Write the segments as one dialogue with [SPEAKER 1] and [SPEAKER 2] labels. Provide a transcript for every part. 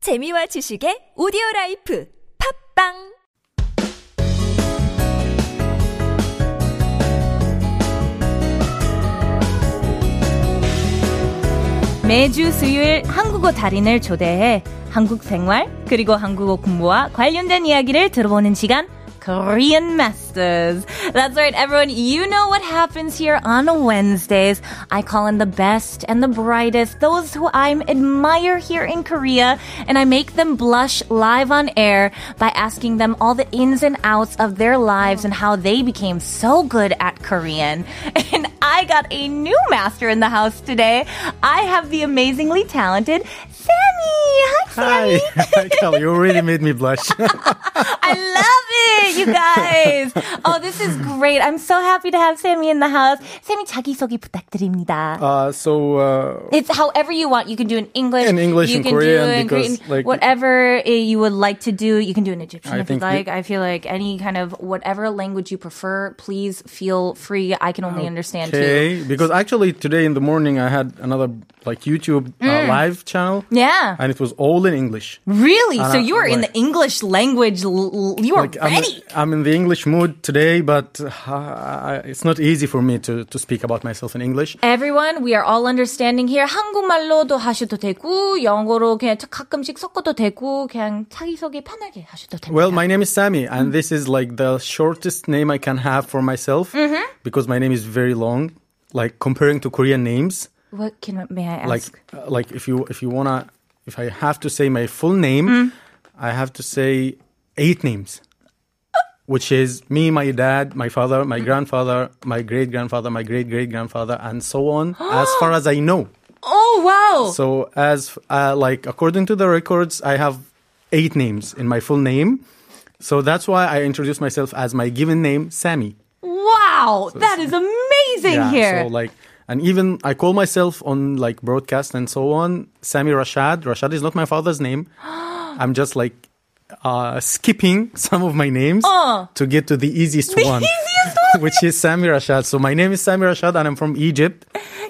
[SPEAKER 1] 재미와 지식의 오디오 라이프 팝빵
[SPEAKER 2] 매주 수요일 한국어 달인을 초대해 한국 생활 그리고 한국어 공부와 관련된 이야기를 들어보는 시간 Korean Masters. That's right, everyone. You know what happens here on Wednesdays. I call in the best and the brightest, those who I admire here in Korea, and I make them blush live on air by asking them all the ins and outs of their lives and how they became so good at Korean. And I got a new master in the house today. I have the amazingly talented Sammy. Hi,
[SPEAKER 3] Hi,
[SPEAKER 2] Sammy.
[SPEAKER 3] Hi, Kelly. You really made me blush.
[SPEAKER 2] I love it, you guys. Oh, this is great. I'm so happy to have Sammy in the house. Sammy, 자기소개 부탁드립니다.
[SPEAKER 3] uh, so, uh,
[SPEAKER 2] it's however you want. You can do in English.
[SPEAKER 3] In English,
[SPEAKER 2] you
[SPEAKER 3] in
[SPEAKER 2] can
[SPEAKER 3] Korean,
[SPEAKER 2] do in
[SPEAKER 3] because,
[SPEAKER 2] Korean,
[SPEAKER 3] like-
[SPEAKER 2] whatever eh, you would like to do, you can do in Egyptian
[SPEAKER 3] I
[SPEAKER 2] if you
[SPEAKER 3] think we-
[SPEAKER 2] like. I feel like any kind of whatever language you prefer, please feel free. I can only understand too.
[SPEAKER 3] okay, because actually today in the morning I had another like YouTube uh, live channel.
[SPEAKER 2] Yeah.
[SPEAKER 3] And it was all in English.
[SPEAKER 2] Really? so
[SPEAKER 3] I-
[SPEAKER 2] you are in the
[SPEAKER 3] like-
[SPEAKER 2] English language. L- l- you are
[SPEAKER 3] Like, I'm,
[SPEAKER 2] ready.
[SPEAKER 3] I'm in the English mood today, but uh, I- it's not easy for me to, to speak about myself in English.
[SPEAKER 2] Everyone, we are all understanding here. 한국말로도 하셔도 되고 영어로 그냥 가끔씩 섞어도 되고 그냥 자기소개 편하게 하셔도 됩니다.
[SPEAKER 3] Well, my name is Sammy, and this is like the shortest name I can have for myself because my name is very long. Like comparing to Korean names,
[SPEAKER 2] What can I- may I ask?
[SPEAKER 3] like uh, like if you if you wanna if I have to say my full name, I have to say eight names, which is me, my dad, my father, my grandfather, my great grandfather, my great great grandfather, and so on, as far as I know.
[SPEAKER 2] oh wow!
[SPEAKER 3] So as uh, like according to the records, I have eight names in my full name. So that's why I introduce myself as my given name, Sammy.
[SPEAKER 2] wow, that is amazing here.
[SPEAKER 3] So like, and even I call myself on like broadcast and so on, Sammy Rashad. Rashad is not my father's name. I'm just like uh, skipping some of my names to get to the easiest one,
[SPEAKER 2] Uh. easiest
[SPEAKER 3] which is Sammy Rashad. So my name is Sammy Rashad, and I'm from Egypt.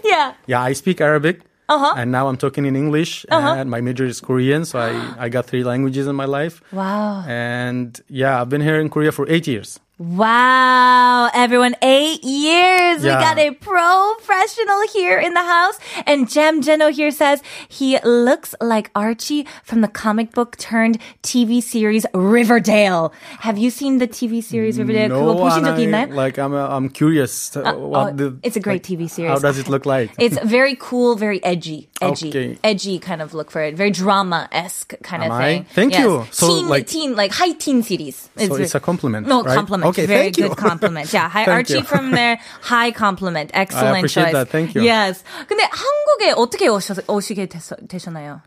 [SPEAKER 2] yeah.
[SPEAKER 3] Yeah, I speak Arabic.
[SPEAKER 2] Uh-huh.
[SPEAKER 3] And now I'm talking in English, and my major is Korean, so I, I got three languages in my life.
[SPEAKER 2] Wow.
[SPEAKER 3] And yeah, I've been here in Korea for eight years.
[SPEAKER 2] Wow, everyone, eight years. We
[SPEAKER 3] Yeah.
[SPEAKER 2] got a professional here in the house. And Jam Geno here says he looks like Archie from the comic book turned TV series Riverdale. Have you seen the TV series Riverdale? 그거 보신 적
[SPEAKER 3] and I,
[SPEAKER 2] 있나요?
[SPEAKER 3] like I'm, uh, I'm curious. uh,
[SPEAKER 2] Oh,
[SPEAKER 3] what the-
[SPEAKER 2] it's a great
[SPEAKER 3] like,
[SPEAKER 2] TV series.
[SPEAKER 3] How does it look like?
[SPEAKER 2] It's very cool, very edgy, edgy,
[SPEAKER 3] Okay.
[SPEAKER 2] edgy kind of look for it. Very drama esque kind
[SPEAKER 3] Am
[SPEAKER 2] of
[SPEAKER 3] I?
[SPEAKER 2] thing.
[SPEAKER 3] Thank
[SPEAKER 2] Yes.
[SPEAKER 3] you. So,
[SPEAKER 2] teen, like
[SPEAKER 3] like-
[SPEAKER 2] teen, like high teen series.
[SPEAKER 3] So it's a compliment,
[SPEAKER 2] No
[SPEAKER 3] right?
[SPEAKER 2] compliment.
[SPEAKER 3] Okay,
[SPEAKER 2] very
[SPEAKER 3] thank you.
[SPEAKER 2] good compliment. Yeah, hi
[SPEAKER 3] Thank
[SPEAKER 2] Archie
[SPEAKER 3] you.
[SPEAKER 2] from there. High compliment. Excellent choice.
[SPEAKER 3] appreciate that. Thank you.
[SPEAKER 2] Yes. 근데 한국에 어떻게 오셔, 오시게 되서, 되셨나요?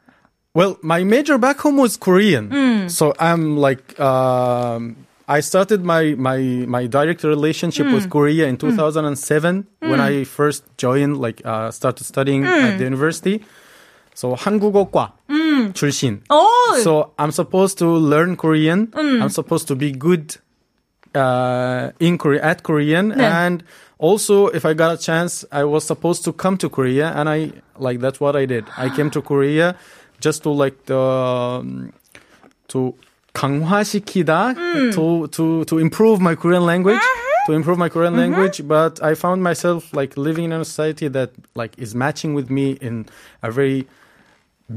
[SPEAKER 3] Well, my major back home was Korean,
[SPEAKER 2] Hmm.
[SPEAKER 3] so I'm like um, I started my my my direct relationship with
[SPEAKER 2] Hmm.
[SPEAKER 3] Korea in 2007 when I first joined, like uh, started studying
[SPEAKER 2] Hmm.
[SPEAKER 3] at the university. So 한국어과 출신.
[SPEAKER 2] Oh.
[SPEAKER 3] So I'm supposed to learn Korean. I'm supposed to be good uh, in Korea at Korean, and also if I got a chance, I was supposed to come to Korea, and I like that's what I did. I came to Korea just to like the um, to 강화시키다 to to to improve my Korean language. To improve my Korean language, but I found myself like living in a society that like is matching with me in a very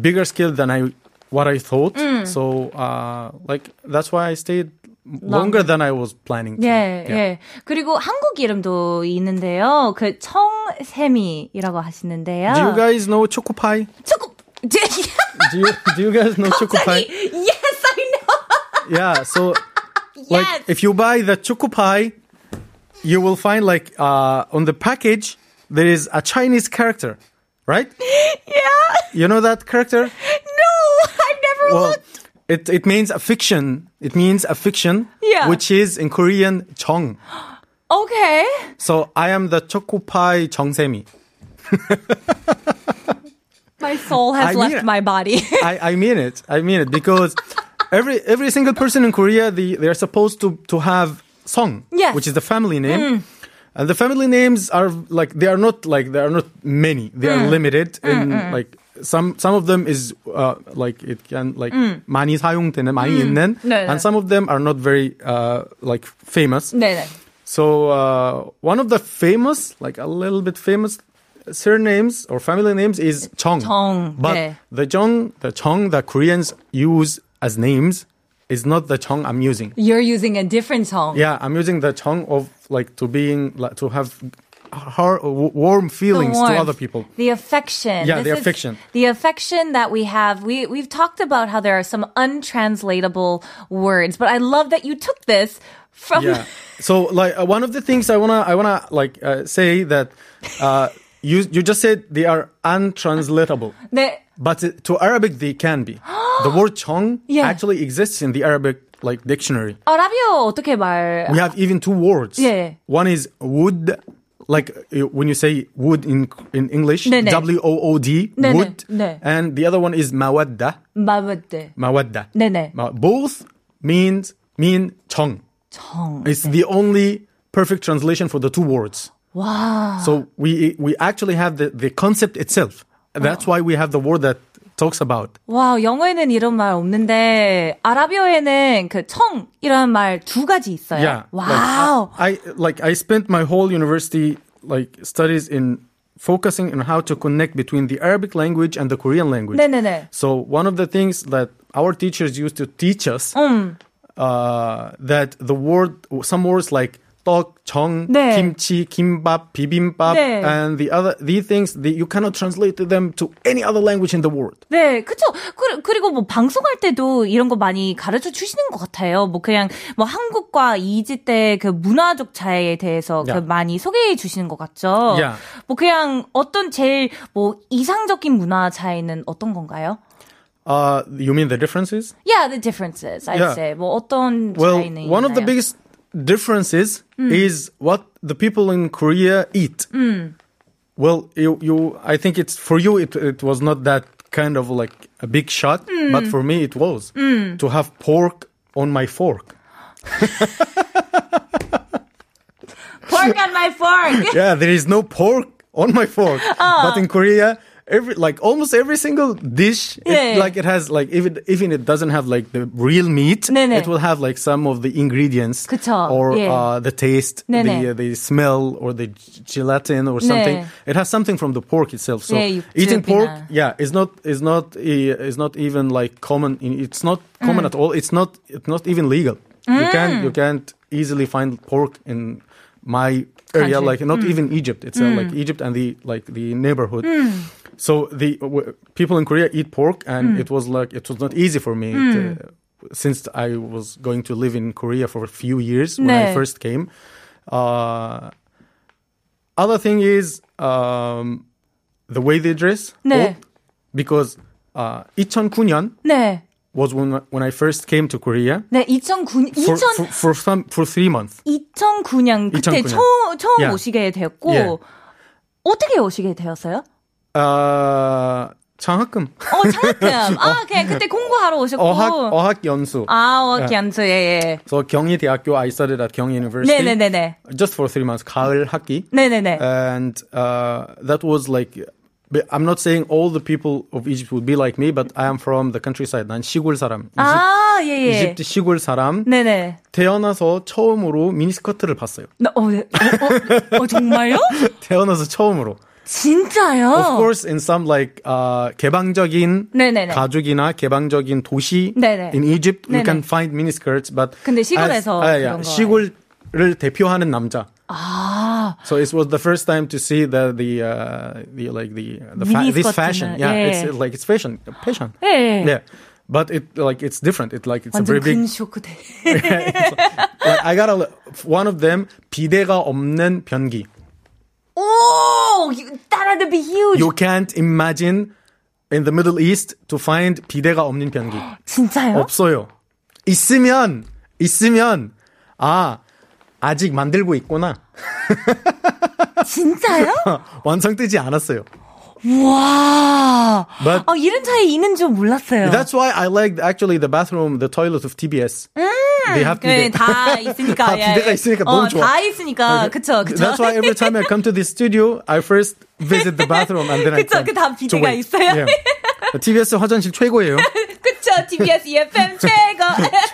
[SPEAKER 3] bigger scale than I what I thought. So uh, like that's why I stayed longer, than I was planning. To.
[SPEAKER 2] 예, 예. 그리고 한국 이름도 있는데요. 그 청세미이라고 하시는데요.
[SPEAKER 3] Do you guys know choco pie?
[SPEAKER 2] 조금
[SPEAKER 3] Do you do you guys know choco pie?
[SPEAKER 2] Yes, I know.
[SPEAKER 3] Yeah. So like
[SPEAKER 2] Yes.
[SPEAKER 3] if you buy the choco pie, you will find like uh, on the package there is a Chinese character, right?
[SPEAKER 2] Yeah.
[SPEAKER 3] You know that character?
[SPEAKER 2] No, I've never
[SPEAKER 3] Well,
[SPEAKER 2] looked.
[SPEAKER 3] it it means a fiction. It means a fiction,
[SPEAKER 2] Yeah.
[SPEAKER 3] which is in Korean chong.
[SPEAKER 2] Okay.
[SPEAKER 3] So I am the choco pie 정세미.
[SPEAKER 2] My soul has
[SPEAKER 3] I mean-
[SPEAKER 2] left my body.
[SPEAKER 3] I, I mean it. I mean it because every every single person in Korea they, they are supposed to to have song,
[SPEAKER 2] Yes. Mm.
[SPEAKER 3] which is the family name.
[SPEAKER 2] Mm.
[SPEAKER 3] And the family names are like they are not like they are not many. They are limited in like some some of them is uh, like it can like 많이 사용되는 많이 있는
[SPEAKER 2] Mm. 네, 네.
[SPEAKER 3] and some of them are not very uh, like famous.
[SPEAKER 2] 네네.
[SPEAKER 3] So uh, one of the famous, like a little bit famous surnames or family names is Chong.
[SPEAKER 2] Jeong,
[SPEAKER 3] But
[SPEAKER 2] 네.
[SPEAKER 3] the Chong, the Chong that Koreans use as names is not the Chong I'm using.
[SPEAKER 2] You're using a different song.
[SPEAKER 3] Yeah, I'm using the Chong of like to being like, to have har- w- warm feelings to
[SPEAKER 2] warmth,
[SPEAKER 3] other people.
[SPEAKER 2] The affection.
[SPEAKER 3] Yeah, the
[SPEAKER 2] is
[SPEAKER 3] affection.
[SPEAKER 2] The affection that we have. We we've talked about how there are some untranslatable words, but I love that you took this from
[SPEAKER 3] Yeah. So like uh, one of the things I wanna I wanna like uh, say that uh, you you just said they are untranslatable.
[SPEAKER 2] the
[SPEAKER 3] But it- to Arabic, they can be. the word chong
[SPEAKER 2] Yeah.
[SPEAKER 3] actually exists in the Arabic like dictionary.
[SPEAKER 2] 아랍어 어떻게 말?
[SPEAKER 3] We have even two words.
[SPEAKER 2] Yeah.
[SPEAKER 3] One is wood, like uh, when you say wood in in English,
[SPEAKER 2] 네, 네.
[SPEAKER 3] W O O D,
[SPEAKER 2] 네, 네,
[SPEAKER 3] wood.
[SPEAKER 2] 네.
[SPEAKER 3] And the other one is mawadda,
[SPEAKER 2] 마부대.
[SPEAKER 3] mawadda.
[SPEAKER 2] 네, 네.
[SPEAKER 3] Ma- Both means mean chong.
[SPEAKER 2] 정.
[SPEAKER 3] It's the only perfect translation for the two words.
[SPEAKER 2] Ah. 와.
[SPEAKER 3] So we we actually have the, the concept itself.
[SPEAKER 2] Ah.
[SPEAKER 3] That's why we have the word that talks about.
[SPEAKER 2] 와, 영어에는 이런 말 없는데 아랍어에는 그 청이라는 말 두 가지 있어요.
[SPEAKER 3] Yeah.
[SPEAKER 2] 와우.
[SPEAKER 3] Like, I like I spent my whole university like studies in focusing on how to connect between the Arabic language and the Korean language.
[SPEAKER 2] 네, 네, 네.
[SPEAKER 3] So one of the things that our teachers used to teach us uh, that the word some words like 떡, 정,
[SPEAKER 2] 네.
[SPEAKER 3] kimchi, kimbap, bibimbap,
[SPEAKER 2] 네.
[SPEAKER 3] and the other these things that you cannot translate them to any other language in the world.
[SPEAKER 2] 네, 그쵸. 그, 그리고 뭐 방송할 때도 이런 거 많이 가르쳐 주시는 것 같아요. 뭐 그냥 뭐 한국과 이지 때 그 문화적 차이에 대해서 그
[SPEAKER 3] Yeah.
[SPEAKER 2] 많이 소개해 주시는 것 같죠.
[SPEAKER 3] Yeah.
[SPEAKER 2] 뭐 그냥 어떤 제일 뭐 이상적인 문화 차이는 어떤 건가요?
[SPEAKER 3] Uh, you mean the differences?
[SPEAKER 2] Yeah, the differences. I'd
[SPEAKER 3] Yeah.
[SPEAKER 2] say 뭐 어떤
[SPEAKER 3] Well,
[SPEAKER 2] 차이는
[SPEAKER 3] one of the
[SPEAKER 2] 있나요?
[SPEAKER 3] biggest differences is what the people in Korea eat. Well, you, you, I think it's for you. It, it was not that kind of like a big shot, but for me, it was to have pork on my fork.
[SPEAKER 2] Pork on my fork.
[SPEAKER 3] yeah, there is no pork on my fork,
[SPEAKER 2] Ah.
[SPEAKER 3] but in Korea. Every like almost every single dish, it-
[SPEAKER 2] Yeah.
[SPEAKER 3] like it has like even even it doesn't have like the real meat,
[SPEAKER 2] 네네.
[SPEAKER 3] it will have like some of the ingredients
[SPEAKER 2] 그쵸,
[SPEAKER 3] or
[SPEAKER 2] 예.
[SPEAKER 3] uh, the taste,
[SPEAKER 2] 네네.
[SPEAKER 3] the uh, the smell or the gelatin or something. It has something from the pork itself. So
[SPEAKER 2] 예,
[SPEAKER 3] eating pork,
[SPEAKER 2] 육즙이나.
[SPEAKER 3] yeah, is not is not eh, is not even like common. in- It's not
[SPEAKER 2] Mm.
[SPEAKER 3] common at all. It's not it's not even legal. You can you can't easily find pork in my
[SPEAKER 2] Country.
[SPEAKER 3] area,
[SPEAKER 2] Mm.
[SPEAKER 3] like not even Egypt. It's uh, like Egypt and the like the neighborhood.
[SPEAKER 2] Mm.
[SPEAKER 3] So the w- people in Korea eat pork, and it was like it was not easy for me.
[SPEAKER 2] Mm.
[SPEAKER 3] To, since I was going to live in Korea for a few years when
[SPEAKER 2] 네.
[SPEAKER 3] I first came, uh, other thing is um, the way they dress.
[SPEAKER 2] 네.
[SPEAKER 3] Oh, because uh, 2009년
[SPEAKER 2] 네.
[SPEAKER 3] was when when I first came to Korea
[SPEAKER 2] 네, 2009
[SPEAKER 3] for
[SPEAKER 2] 2000
[SPEAKER 3] for, for some for three months.
[SPEAKER 2] 2009년 그때
[SPEAKER 3] 2009년. 예.
[SPEAKER 2] 처음 처음
[SPEAKER 3] Yeah.
[SPEAKER 2] 오시게 되었고
[SPEAKER 3] Yeah.
[SPEAKER 2] 어떻게 오시게 되었어요?
[SPEAKER 3] Uh, 장학금
[SPEAKER 2] 어, 장학금. 아, 그냥 그때 공부하러 오셨고.
[SPEAKER 3] 어학 어학 연수.
[SPEAKER 2] 아, 어, 기안수, 예, 예.
[SPEAKER 3] So 경희대학교 I studied at 경희 University
[SPEAKER 2] 네네네네.
[SPEAKER 3] just for three months. 가을 학기.
[SPEAKER 2] 네네네.
[SPEAKER 3] 예. and uh, that was like but I'm not saying all the people of Egypt would be like me, but I am from the countryside. 난 시골 사람.
[SPEAKER 2] 아, 예, 예.
[SPEAKER 3] 이집트 시골 사람.
[SPEAKER 2] 네네.
[SPEAKER 3] 태어나서 처음으로 미니스커트를 봤어요.
[SPEAKER 2] 나, 어, 네. 어, 어, 어, 정말요?
[SPEAKER 3] 태어나서 처음으로.
[SPEAKER 2] 진짜요?
[SPEAKER 3] Of course, in some like uh, 개방적인
[SPEAKER 2] 어. 네네네.
[SPEAKER 3] 가족이나 개방적인 도시
[SPEAKER 2] 네네.
[SPEAKER 3] in Egypt
[SPEAKER 2] 네네.
[SPEAKER 3] you can find miniskirts, but
[SPEAKER 2] 근데 시골에서
[SPEAKER 3] as- 아,
[SPEAKER 2] 그런 거.
[SPEAKER 3] 시골을 대표하는 남자.
[SPEAKER 2] 아,
[SPEAKER 3] So it was the first time to see the the, uh, the like the the fa- this
[SPEAKER 2] 미니스커트는,
[SPEAKER 3] fashion. Yeah,
[SPEAKER 2] 예.
[SPEAKER 3] it's like it's fashion, passion.
[SPEAKER 2] 예.
[SPEAKER 3] Yeah. But it like it's different. It like it's a
[SPEAKER 2] 완전
[SPEAKER 3] very big.
[SPEAKER 2] 근쇼크대.
[SPEAKER 3] Like, I got a one of them 비대가 없는 변기.
[SPEAKER 2] 오! you- That had to be huge.
[SPEAKER 3] You can't imagine in the Middle East to find 비대가 없는 변기.
[SPEAKER 2] 진짜요?
[SPEAKER 3] 없어요. 있으면 있으면 아 아직 만들고 있구나.
[SPEAKER 2] 진짜요?
[SPEAKER 3] 완성되지 않았어요.
[SPEAKER 2] 와.
[SPEAKER 3] But-
[SPEAKER 2] 아, 이런 차이 있는 줄 몰랐어요.
[SPEAKER 3] That's why I liked actually the bathroom, the toilet of TBS. they have
[SPEAKER 2] 음, 네,
[SPEAKER 3] 비대.
[SPEAKER 2] 다 있으니까.
[SPEAKER 3] 다
[SPEAKER 2] 예, 예.
[SPEAKER 3] 비대가 있으니까 너무
[SPEAKER 2] 어,
[SPEAKER 3] 좋아. 네,
[SPEAKER 2] 다 있으니까. 그쵸, 그쵸.
[SPEAKER 3] That's why every time I come to this studio, I first visit the bathroom and then I
[SPEAKER 2] 그쵸,
[SPEAKER 3] come
[SPEAKER 2] 그다
[SPEAKER 3] to
[SPEAKER 2] 비대가
[SPEAKER 3] wait.
[SPEAKER 2] 있어요.
[SPEAKER 3] Yeah. TBS 화장실 최고예요.
[SPEAKER 2] 그쵸? TBS EFM 최고.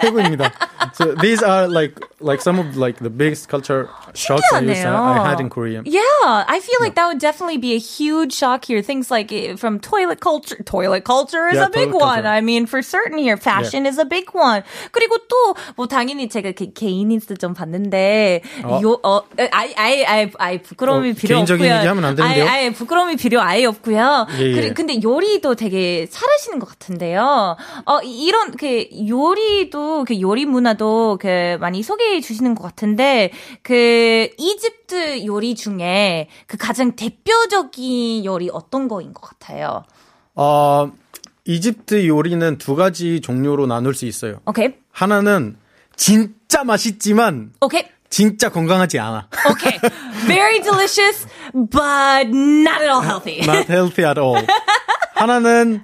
[SPEAKER 3] 최고입니다. So these are like like some of like the biggest culture shocks I, used to- I had in Korea.
[SPEAKER 2] Yeah, I feel like that would definitely be a huge shock here. Things like eh, from toilet culture, toilet culture is
[SPEAKER 3] Yeah,
[SPEAKER 2] a big
[SPEAKER 3] toilet
[SPEAKER 2] one.
[SPEAKER 3] culture.
[SPEAKER 2] I mean, for certain here, fashion is a big one. 그리고 또 뭐 당연히 제가 개, 개인 인스타 좀 봤는데
[SPEAKER 3] 어?
[SPEAKER 2] 요, 어, 아이, 아이, 아이, 아이 부끄러움이
[SPEAKER 3] 어,
[SPEAKER 2] 필요
[SPEAKER 3] 개인적인
[SPEAKER 2] 없고요.
[SPEAKER 3] 얘기하면 안 되는데요?
[SPEAKER 2] 아이, 아이 네, 부끄러움이 필요 아예 없고요.
[SPEAKER 3] 예, 예.
[SPEAKER 2] 그리- 근데 요리도 되게 잘하시는 것 같은데요. 어 이- 이런 그 요리도 그 요리 문화도 그 많이 소개해 주시는 것 같은데 그 이집트 요리 중에 그 가장 대표적인 요리 어떤 거인 것 같아요?
[SPEAKER 3] 어, 이집트 요리는 두 가지 종류로 나눌 수 있어요.
[SPEAKER 2] 오케이
[SPEAKER 3] 하나는 진짜 맛있지만
[SPEAKER 2] 오케이
[SPEAKER 3] 진짜 건강하지 않아.
[SPEAKER 2] 오케이 very delicious but not at all healthy.
[SPEAKER 3] Not healthy at all. 하나는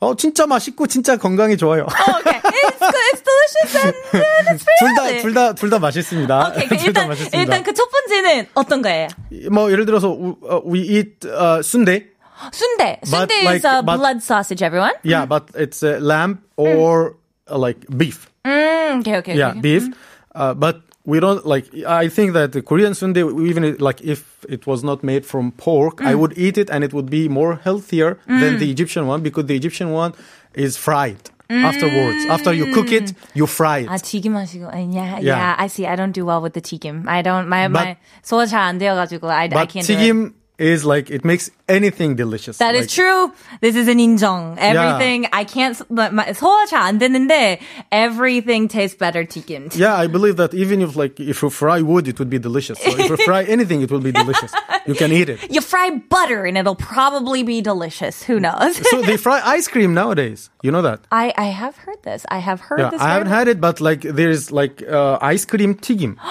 [SPEAKER 3] 어 진짜 맛있고 진짜 건강에 좋아요.
[SPEAKER 2] Okay, it's, good, it's delicious and good, it's very
[SPEAKER 3] 둘 다
[SPEAKER 2] healthy.
[SPEAKER 3] 둘 다 둘 다 아, 맛있습니다.
[SPEAKER 2] 네. 오케이, 그
[SPEAKER 3] 둘 다
[SPEAKER 2] 일단 일단 그 첫 번째는 어떤 거예요?
[SPEAKER 3] 뭐 예를 들어서 우- 어, we eat uh, 순대.
[SPEAKER 2] Sundae.
[SPEAKER 3] But,
[SPEAKER 2] Sundae
[SPEAKER 3] like,
[SPEAKER 2] is a
[SPEAKER 3] but-
[SPEAKER 2] blood sausage, everyone.
[SPEAKER 3] Yeah, but it's uh, lamb
[SPEAKER 2] 음.
[SPEAKER 3] or uh, like beef.
[SPEAKER 2] Mm, okay, okay.
[SPEAKER 3] yeah,
[SPEAKER 2] okay.
[SPEAKER 3] beef. Uh, but we don't like. I think that the Korean sundae, even it- like if it was not made from pork,
[SPEAKER 2] Mm.
[SPEAKER 3] I would eat it, and it would be more healthier than the Egyptian one because the Egyptian one is fried
[SPEAKER 2] Mm.
[SPEAKER 3] afterwards. After you cook it, you fry it.
[SPEAKER 2] 아, 튀김 하시고. 아, Yeah, yeah,
[SPEAKER 3] Yeah.
[SPEAKER 2] I see. I don't do well with the 튀김. I don't, my, my,
[SPEAKER 3] But-
[SPEAKER 2] 소화 잘안 되어가지고. I, I
[SPEAKER 3] but
[SPEAKER 2] can't do it.
[SPEAKER 3] 튀김 is like it makes anything delicious.
[SPEAKER 2] That is
[SPEAKER 3] Like,
[SPEAKER 2] true. This is an injong. Everything, I can't, my, my, 소화 잘안 되는데, everything tastes better 튀김.
[SPEAKER 3] Yeah, I believe that even if like if you fry wood, it would be delicious. So if you fry anything, it will be delicious. You can eat it.
[SPEAKER 2] You fry butter and it'll probably be delicious. Who knows?
[SPEAKER 3] So they fry ice cream nowadays. You know that.
[SPEAKER 2] I, I have heard this. I have heard
[SPEAKER 3] Yeah,
[SPEAKER 2] this.
[SPEAKER 3] I haven't
[SPEAKER 2] very-
[SPEAKER 3] had it, but like there's like uh, ice cream tigim.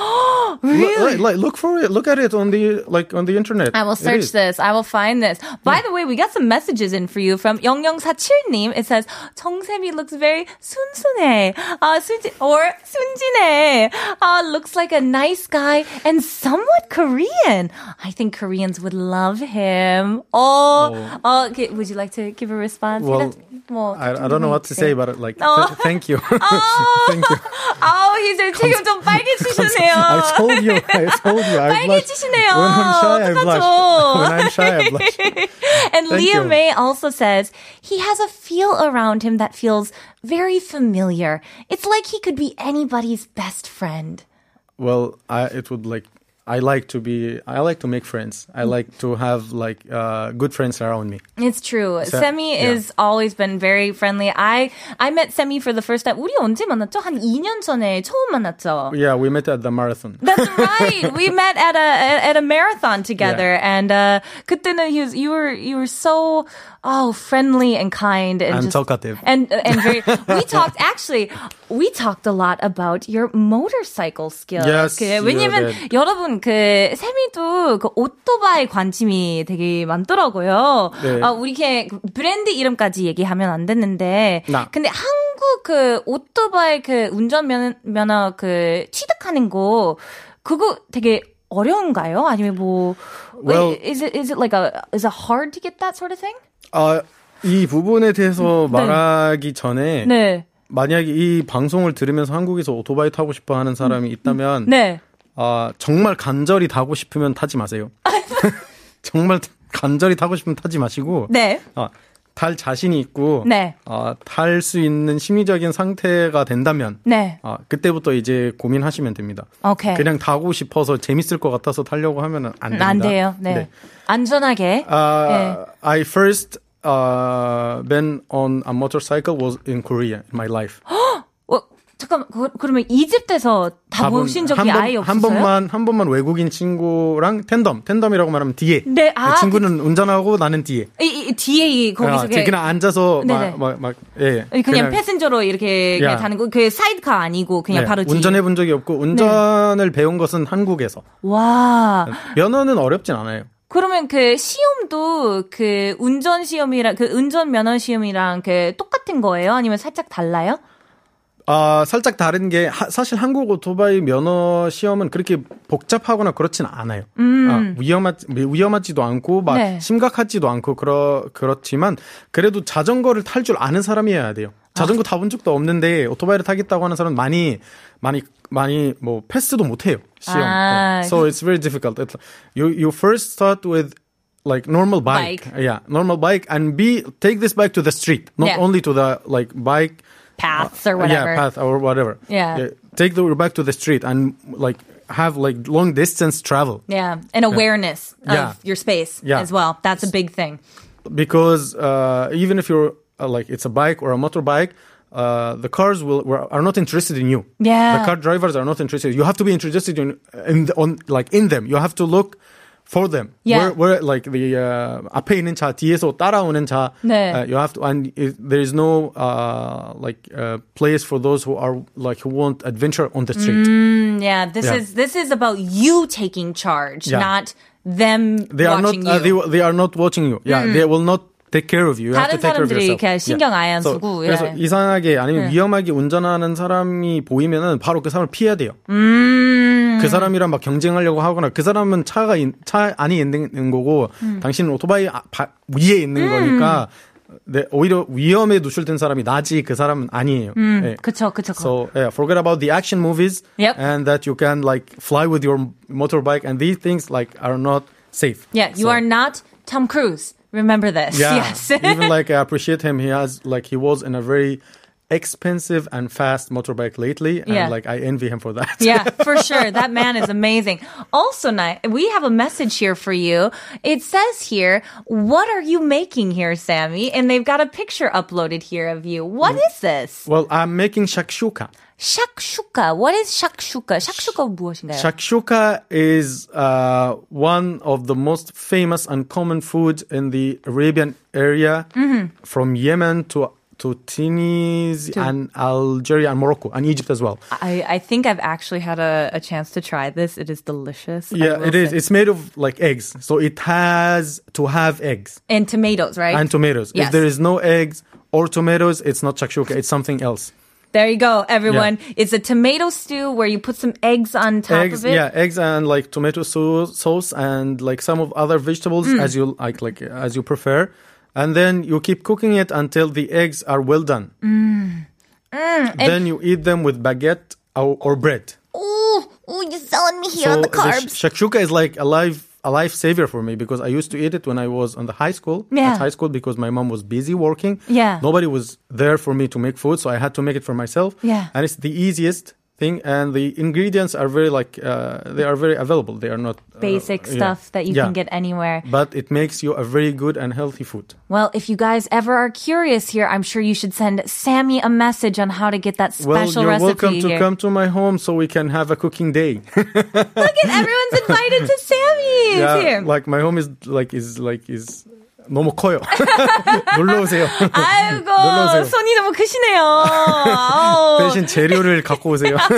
[SPEAKER 2] Really?
[SPEAKER 3] Like, like, look for it. Look at it on the like on the internet.
[SPEAKER 2] I will
[SPEAKER 3] It
[SPEAKER 2] search
[SPEAKER 3] is.
[SPEAKER 2] this. I will find this. By the way, we got some messages in for you from 0047님. It says, 정샘이 looks very 순순해. Uh, 순지, or 순진해. Uh, looks like a nice guy and somewhat Korean. I think Koreans would love him. Oh, oh. okay. would you like to give a response?
[SPEAKER 3] Well,
[SPEAKER 2] 뭐,
[SPEAKER 3] I, I don't know what to say about it. Like,
[SPEAKER 2] Oh.
[SPEAKER 3] th- thank you.
[SPEAKER 2] Oh,
[SPEAKER 3] thank you.
[SPEAKER 2] oh, 이제 지금 좀 빨개지셨네요.
[SPEAKER 3] I told you. I told you. I blush.
[SPEAKER 2] 빨개지시네요.
[SPEAKER 3] When I'm shy, I
[SPEAKER 2] 어떡하죠?
[SPEAKER 3] blush. When I'm shy, I blush.
[SPEAKER 2] And
[SPEAKER 3] Thank
[SPEAKER 2] Leah
[SPEAKER 3] you.
[SPEAKER 2] May also says he has a feel around him that feels very familiar. It's like he could be anybody's best friend.
[SPEAKER 3] Well, I, it would like. I like to be. I like to make friends. I
[SPEAKER 2] Mm.
[SPEAKER 3] like to have like uh, good friends around me.
[SPEAKER 2] It's true.
[SPEAKER 3] So,
[SPEAKER 2] Semi
[SPEAKER 3] yeah.
[SPEAKER 2] is always been very friendly. I I met Semi for the first time. 우리 언제 만났죠? 한 2년 전에 처음 만났죠.
[SPEAKER 3] Yeah, we met at the marathon.
[SPEAKER 2] That's right. we met at a at a marathon together, and uh, 그때는 he was you were you were so oh friendly and kind and
[SPEAKER 3] And
[SPEAKER 2] just-
[SPEAKER 3] talkative.
[SPEAKER 2] and and very. we talked actually. We talked a lot about your motorcycle skills.
[SPEAKER 3] Yes,
[SPEAKER 2] 그,
[SPEAKER 3] you
[SPEAKER 2] 왜냐면
[SPEAKER 3] did.
[SPEAKER 2] 여러분 그 세미도 그 오토바이 관심이 되게 많더라고요.
[SPEAKER 3] 네.
[SPEAKER 2] 아, 우리 이렇게 브랜드 이름까지 얘기하면 안 되는데.
[SPEAKER 3] 나.
[SPEAKER 2] 근데 한국 그 오토바이 그 운전면허 면허 그 취득하는 거 그거 되게 어려운가요? 아니면 뭐
[SPEAKER 3] Well-
[SPEAKER 2] is it is it like a is it hard to get that sort of thing?
[SPEAKER 3] 아, Uh, 이 부분에 대해서 말하기 전에
[SPEAKER 2] 네.
[SPEAKER 3] 만약에 이 방송을 들으면서 한국에서 오토바이 타고 싶어 하는 사람이 있다면
[SPEAKER 2] 네.
[SPEAKER 3] 아, 정말 간절히 타고 싶으면 타지 마세요. 정말 간절히 타고 싶으면 타지 마시고
[SPEAKER 2] 네.
[SPEAKER 3] 아, 탈 자신이 있고
[SPEAKER 2] 네.
[SPEAKER 3] 아, 탈 수 있는 심리적인 상태가 된다면
[SPEAKER 2] 네. 아,
[SPEAKER 3] 아, 그때부터 이제 고민하시면 됩니다.
[SPEAKER 2] 오케이.
[SPEAKER 3] 그냥 타고 싶어서 재밌을 것 같아서 타려고 하면 안 됩니다.
[SPEAKER 2] 안 돼요. 네. 안전하게.
[SPEAKER 3] Uh, I first uh, been on a motorcycle was in Korea in my life.
[SPEAKER 2] 어, 잠깐 그, 그러면 이집트에서 다
[SPEAKER 3] 밥은
[SPEAKER 2] 보신 적이
[SPEAKER 3] 한 번-
[SPEAKER 2] 아예 없으세요?
[SPEAKER 3] 한 번만 한 번만 외국인 친구랑 텐덤 텐덤이라고 말하면 뒤에. 그
[SPEAKER 2] 네, 아,
[SPEAKER 3] 친구는 운전하고 나는 뒤에.
[SPEAKER 2] 이, 이 뒤에 이 거기서
[SPEAKER 3] 아,
[SPEAKER 2] 그냥
[SPEAKER 3] 그냥 앉아서
[SPEAKER 2] 네네.
[SPEAKER 3] 막막 예.
[SPEAKER 2] 그냥, 패센저로 이렇게 그냥
[SPEAKER 3] 야.
[SPEAKER 2] 가는 거, 그 사이드카 아니고 그냥
[SPEAKER 3] 네,
[SPEAKER 2] 바로 뒤에. 네.
[SPEAKER 3] 운전해 본 적이 없고 운전을 배운 것은 한국에서.
[SPEAKER 2] 와.
[SPEAKER 3] 면허는 어렵진 않아요.
[SPEAKER 2] 그러면 그 시험도 그 운전 시험이랑 그 운전 면허 시험이랑 그 똑같은 거예요? 아니면 살짝 달라요?
[SPEAKER 3] 아, 살짝 다른 게 하- 사실 한국 오토바이 면허 시험은 그렇게 복잡하거나 그렇진 않아요. 아, 위험하 위험하지도 않고 막
[SPEAKER 2] 음. 네.
[SPEAKER 3] 심각하지도 않고 그러 그렇지만 그래도 자전거를 탈 줄 아는 사람이어야 돼요. 자전거 타본 적도 없는데 오토바이를 타겠다고 하는 사람은 많이 많이 많이 뭐 패스도 못 해요. 시험.
[SPEAKER 2] 아.
[SPEAKER 3] 네. So it's very difficult. It's, you you first start with like normal bike.
[SPEAKER 2] Bike.
[SPEAKER 3] Yeah, normal bike and B take this bike to the street, not
[SPEAKER 2] Yeah.
[SPEAKER 3] only to the like bike
[SPEAKER 2] paths or
[SPEAKER 3] uh,
[SPEAKER 2] whatever.
[SPEAKER 3] Yeah, path or whatever.
[SPEAKER 2] Yeah.
[SPEAKER 3] Take the back to the street and like have like long distance travel
[SPEAKER 2] Yeah, and awareness
[SPEAKER 3] Yeah.
[SPEAKER 2] of your space
[SPEAKER 3] Yeah.
[SPEAKER 2] as well. That's a big thing.
[SPEAKER 3] because uh, even if you're uh, like it's a bike or a motorbike. Uh, the cars will were- are not interested in you.
[SPEAKER 2] Yeah.
[SPEAKER 3] the car drivers are not interested. You have to be interested in, in the, on like in them. You have to look for them.
[SPEAKER 2] Yeah.
[SPEAKER 3] where, where like the uh, 앞에 있는 차 뒤에서 따라오는 차.
[SPEAKER 2] 네.
[SPEAKER 3] uh, you have to and it, there is no uh, like uh, place for those who are like who want adventure on the street.
[SPEAKER 2] Yeah, this
[SPEAKER 3] Yeah.
[SPEAKER 2] is this is about you taking charge,
[SPEAKER 3] Yeah.
[SPEAKER 2] not them
[SPEAKER 3] they are not
[SPEAKER 2] watching
[SPEAKER 3] uh,
[SPEAKER 2] you. 음.
[SPEAKER 3] they, they are not watching you. Yeah, they will not take care of you. You have to
[SPEAKER 2] 다른
[SPEAKER 3] take care of
[SPEAKER 2] 사람들이
[SPEAKER 3] yourself.
[SPEAKER 2] 이렇게 신경 아예 안
[SPEAKER 3] So,
[SPEAKER 2] 쓰고,
[SPEAKER 3] 그래서
[SPEAKER 2] 예.
[SPEAKER 3] 이상하게 아니면 위험하게 운전하는 사람이 보이면은 바로 그 사람을 피해야 돼요.
[SPEAKER 2] 음.
[SPEAKER 3] 그 사람이랑 막 경쟁하려고 하거나 그 사람은 차가 인- 차 안에 있는 거고
[SPEAKER 2] 음.
[SPEAKER 3] 당신은 오토바이 아- 바- 위에 있는 거니까 네, 오히려 위험에 노출된 사람이 나지 그 사람은 아니에요. 예.
[SPEAKER 2] 그쵸, 그쵸, 그쵸.
[SPEAKER 3] So yeah, forget about the action movies
[SPEAKER 2] Yep.
[SPEAKER 3] and that you can like fly with your motorbike and these things like are not safe.
[SPEAKER 2] yeah, you
[SPEAKER 3] So-
[SPEAKER 2] are not Tom Cruise. Remember this.
[SPEAKER 3] Yeah.
[SPEAKER 2] Yes.
[SPEAKER 3] Even like I appreciate him. He has like he was in a very expensive and fast motorbike lately, and
[SPEAKER 2] Yeah.
[SPEAKER 3] like I envy him for that.
[SPEAKER 2] yeah, for sure. That man is amazing. Also, Ni- we have a message here for you. It says here, "What are you making here, Sammy?" And they've got a picture uploaded here of you. What
[SPEAKER 3] Mm.
[SPEAKER 2] is this?
[SPEAKER 3] Well, I'm making shakshuka.
[SPEAKER 2] 샥슈카. What is 샥슈카? 샥슈카 무엇인가요?
[SPEAKER 3] Shakshuka is uh, one of the most famous and common foods in the Arabian area,
[SPEAKER 2] Mm-hmm.
[SPEAKER 3] from Yemen to to Tunis and Algeria and Morocco and Egypt as well.
[SPEAKER 2] I, I think I've actually had a, a chance to try this. It is delicious. I
[SPEAKER 3] yeah,
[SPEAKER 2] will
[SPEAKER 3] it is.
[SPEAKER 2] say.
[SPEAKER 3] It's made of like eggs, so it has to have eggs.
[SPEAKER 2] And tomatoes, right?
[SPEAKER 3] and tomatoes.
[SPEAKER 2] Yes.
[SPEAKER 3] If there is no eggs or tomatoes, it's not shakshuka. It's something else.
[SPEAKER 2] there you go, everyone. It's a tomato stew where you put some eggs on top
[SPEAKER 3] eggs,
[SPEAKER 2] of it.
[SPEAKER 3] yeah, eggs and like tomato sauce, sauce and like some of other vegetables
[SPEAKER 4] Mm.
[SPEAKER 3] as you like, like as you prefer. And then you keep cooking it until the eggs are well done.
[SPEAKER 4] Mm.
[SPEAKER 3] Then you eat them with baguette or, or bread.
[SPEAKER 4] Ooh, ooh, you're selling me here on the
[SPEAKER 3] sh-
[SPEAKER 4] carbs.
[SPEAKER 3] shakshuka is like a life a lifesaver for me because I used to eat it when I was in the high school.
[SPEAKER 2] Yeah.
[SPEAKER 3] At high school because my mom was busy working.
[SPEAKER 2] Yeah.
[SPEAKER 3] Nobody was there for me to make food, so I had to make it for myself.
[SPEAKER 2] Yeah.
[SPEAKER 3] And it's the easiest thing, and the ingredients are very like uh, they are very available. They are not uh,
[SPEAKER 2] Basic
[SPEAKER 3] yeah.
[SPEAKER 2] stuff that you
[SPEAKER 3] Yeah.
[SPEAKER 2] can get anywhere.
[SPEAKER 3] But it makes you a very good and healthy food.
[SPEAKER 2] Well, if you guys ever are curious here, I'm sure you should send Sammy a message on how to get that
[SPEAKER 3] Well,
[SPEAKER 2] special
[SPEAKER 3] you're
[SPEAKER 2] recipe
[SPEAKER 3] welcome to
[SPEAKER 2] here.
[SPEAKER 3] come to my home so we can have a cooking day.
[SPEAKER 2] Look at everyone's invited to Sammy's here.
[SPEAKER 3] like my home is like is like is 너무 커요. 놀러 오세요.
[SPEAKER 2] 아이고
[SPEAKER 3] 놀러오세요.
[SPEAKER 2] 손이 너무 크시네요. 아우.
[SPEAKER 3] 대신 재료를 갖고 오세요.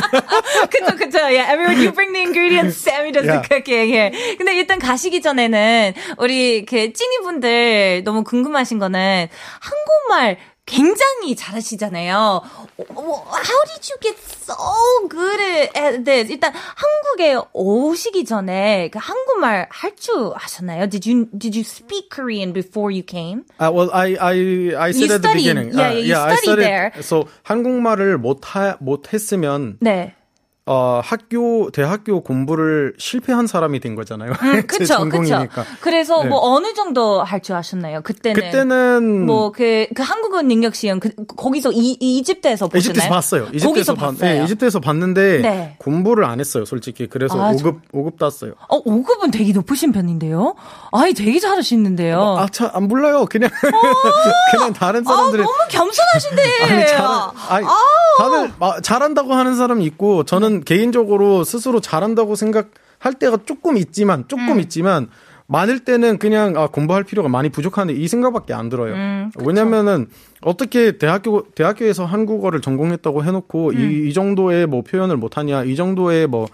[SPEAKER 2] 그쵸, 그쵸. Yeah, everyone, you bring the ingredients. Sammy does the
[SPEAKER 3] Yeah.
[SPEAKER 2] cooking here. 근데 일단 가시기 전에는 우리 그 찐이분들 너무 궁금하신 거는 한국말 굉장히 잘하시잖아요. 어, How did you get so good at this? 일단 한국에 오시기 전에 그 한국말 할 줄 아셨나요? Did you did you speak Korean before you came?
[SPEAKER 3] Uh, well, I I I said
[SPEAKER 2] You
[SPEAKER 3] at the
[SPEAKER 2] studied.
[SPEAKER 3] beginning. Uh,
[SPEAKER 2] Yeah, yeah, you
[SPEAKER 3] I
[SPEAKER 2] studied
[SPEAKER 3] studied.
[SPEAKER 2] there.
[SPEAKER 3] So 한국말을 못못 했으면
[SPEAKER 2] 네.
[SPEAKER 3] 어, 학교 대학교 공부를 실패한 사람이 된 거잖아요. 제
[SPEAKER 2] 음, 그쵸, 그쵸.
[SPEAKER 3] 전공이니까.
[SPEAKER 2] 그래서
[SPEAKER 3] 네.
[SPEAKER 2] 뭐 어느 정도 할 줄 아셨나요? 그때는.
[SPEAKER 3] 그때는
[SPEAKER 2] 네. 뭐 그 그 한국은 능력 시험 그 거기서 이, 이 이집트에서 보셨나요?
[SPEAKER 3] 이집트에서 봤어요.
[SPEAKER 2] 거기서
[SPEAKER 3] 이집트에서
[SPEAKER 2] 봤어요.
[SPEAKER 3] 봤- 네, 이집트에서 봤는데
[SPEAKER 2] 네.
[SPEAKER 3] 공부를 안 했어요, 솔직히. 그래서
[SPEAKER 2] 아,
[SPEAKER 3] 오 5급 오 5급 땄어요.
[SPEAKER 2] 어, 5급은 되게 높으신 편인데요. 아이 되게 잘하시는데요.
[SPEAKER 3] 아, 참, 안 불러요. 그냥 그냥 다른
[SPEAKER 2] 어. 아우,
[SPEAKER 3] 사람들이
[SPEAKER 2] 너무 겸손하신데.
[SPEAKER 3] 예. 아니, 잘, 아니, 다들 마- 잘한다고 하는 사람 있고 저는 개인적으로 스스로 잘한다고 생각할 때가 조금 있지만 조금 있지만 많을 때는 그냥 아, 공부할 필요가 많이 부족한데 이 생각밖에 안 들어요. 왜냐면은 어떻게 대학교 대학교에서 한국어를 전공했다고 해놓고 이, 이 정도의 뭐 표현을 못하냐 이 정도의 뭐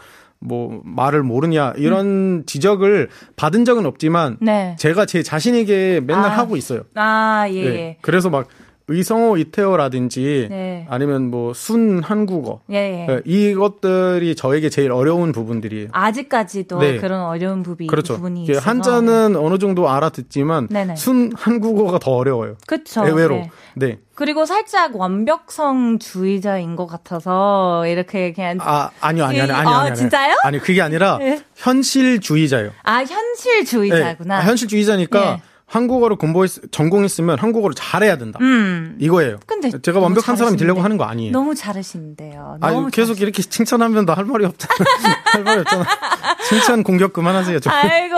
[SPEAKER 3] 뭐 말을 모르냐 이런 지적을 받은 적은 없지만
[SPEAKER 2] 네.
[SPEAKER 3] 제가 제 자신에게 맨날
[SPEAKER 2] 아.
[SPEAKER 3] 하고 있어요.
[SPEAKER 2] 아, 예,
[SPEAKER 3] 네.
[SPEAKER 2] 예.
[SPEAKER 3] 그래서 막 의성어 이태어라든지
[SPEAKER 2] 네.
[SPEAKER 3] 아니면 뭐 순 한국어
[SPEAKER 2] 예, 예.
[SPEAKER 3] 예, 이것들이 저에게 제일 어려운 부분들이에요.
[SPEAKER 2] 아직까지도
[SPEAKER 3] 네.
[SPEAKER 2] 그런 어려운 부비,
[SPEAKER 3] 그렇죠.
[SPEAKER 2] 부분이
[SPEAKER 3] 이게
[SPEAKER 2] 있어서
[SPEAKER 3] 한자는 어느 정도 알아듣지만
[SPEAKER 2] 네네.
[SPEAKER 3] 순 한국어가 더 어려워요.
[SPEAKER 2] 그쵸.
[SPEAKER 3] 의외로.
[SPEAKER 2] 네.
[SPEAKER 3] 네.
[SPEAKER 2] 그리고 살짝 완벽성주의자인 것 같아서 이렇게 그냥 아,
[SPEAKER 3] 아 아니요 아니요 아니요
[SPEAKER 2] 아,
[SPEAKER 3] 아니요. 아니요.
[SPEAKER 2] 진짜요?
[SPEAKER 3] 아니 그게 아니라
[SPEAKER 2] 예.
[SPEAKER 3] 현실주의자예요.
[SPEAKER 2] 아,
[SPEAKER 3] 네.
[SPEAKER 2] 현실주의자구나.
[SPEAKER 3] 아, 현실주의자니까
[SPEAKER 2] 예.
[SPEAKER 3] 한국어를 공부했 전공했으면 한국어를 잘해야 된다.
[SPEAKER 2] 음.
[SPEAKER 3] 이거예요.
[SPEAKER 2] 근데
[SPEAKER 3] 제가
[SPEAKER 2] 너무
[SPEAKER 3] 완벽한 사람이
[SPEAKER 2] 잘하시는데.
[SPEAKER 3] 되려고 하는 거 아니에요.
[SPEAKER 2] 너무 잘하시는데요.
[SPEAKER 3] 아니,
[SPEAKER 2] 너무
[SPEAKER 3] 계속 이렇게 칭찬하면 나 할 말이 없잖아. 할 말이 없잖아. 칭찬 공격 그만하세요. 좀.
[SPEAKER 2] 아이고,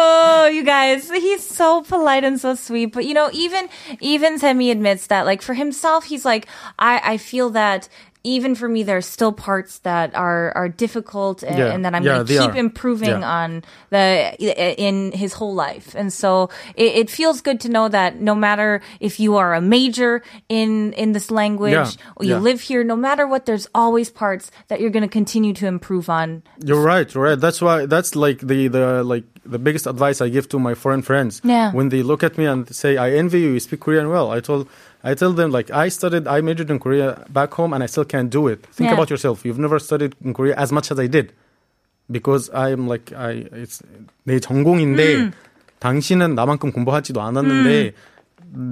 [SPEAKER 2] you guys, he's so polite and so sweet. But you know, even even Semi admits that, like for himself, he's like, I I feel that. Even for me, there's still parts that are are difficult, and,
[SPEAKER 3] Yeah.
[SPEAKER 2] and that I'm going
[SPEAKER 3] Yeah,
[SPEAKER 2] to
[SPEAKER 3] they
[SPEAKER 2] keep
[SPEAKER 3] are.
[SPEAKER 2] improving
[SPEAKER 3] Yeah.
[SPEAKER 2] on the in his whole life. And so it, it feels good to know that no matter if you are a major in in this language
[SPEAKER 3] Yeah.
[SPEAKER 2] or you
[SPEAKER 3] Yeah.
[SPEAKER 2] live here, no matter what, there's always parts that you're going to continue to improve on.
[SPEAKER 3] You're right, you're right. That's why that's like the, the like the biggest advice I give to my foreign friends.
[SPEAKER 2] Yeah.
[SPEAKER 3] When they look at me and say, I envy you, you speak Korean well. I told I tell them like I studied I majored in Korea back home and I still can't do it. Think
[SPEAKER 2] Yeah.
[SPEAKER 3] about yourself. You've never studied in Korea as much as I did. Because I'm like I it's 내 전공인데 당신은 나만큼 공부하지도 않았는데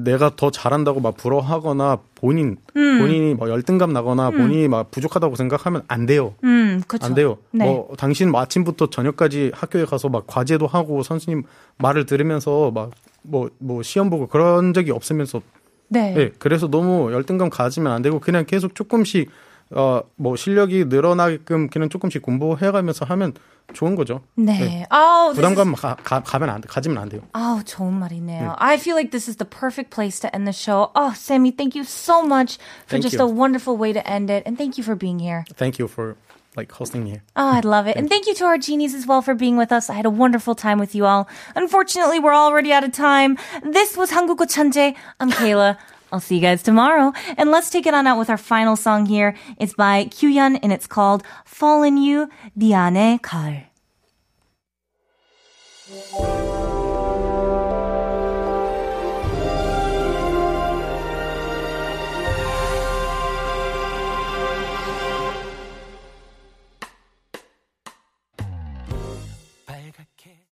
[SPEAKER 3] 내가 더 잘한다고 막 부러워하거나 본인 본인이 막 열등감 나거나 본인이 막 부족하다고 생각하면 안 돼요.
[SPEAKER 2] 음, 그쵸.
[SPEAKER 3] 안 돼요.
[SPEAKER 2] 네.
[SPEAKER 3] 뭐 당신 뭐 아침부터 저녁까지 학교에 가서 막 과제도 하고 선생님 말을 들으면서 막 뭐 뭐 시험 보고 그런 적이 없으면서
[SPEAKER 2] 네.
[SPEAKER 3] 예 그래서 너무 열등감 가지면 안 되고 그냥 계속 조금씩 어 뭐 실력이 늘어나게끔 그냥 조금씩 공부해가면서 하면 좋은 거죠.
[SPEAKER 2] 네. Oh, this is
[SPEAKER 3] 부담감 가, 가, 가면 안 돼- 가지면 안 돼요.
[SPEAKER 2] 아우, 좋은 말이네요. I feel like this is the perfect place to end the show. Oh, Sammy, thank you so much for
[SPEAKER 3] Thank
[SPEAKER 2] just
[SPEAKER 3] you.
[SPEAKER 2] a wonderful way to end it. And thank you for being here.
[SPEAKER 3] Thank you for like hosting me. here.
[SPEAKER 2] Oh, I love it. And thank you to our genies as well for being with us. I had a wonderful time with you all. Unfortunately, we're already out of time. This was 한국어 천재. I'm Kayla. I'll see you guys tomorrow. And let's take it on out with our final song here. It's by Kyuyeon and it's called Fall in You, Diane Kar.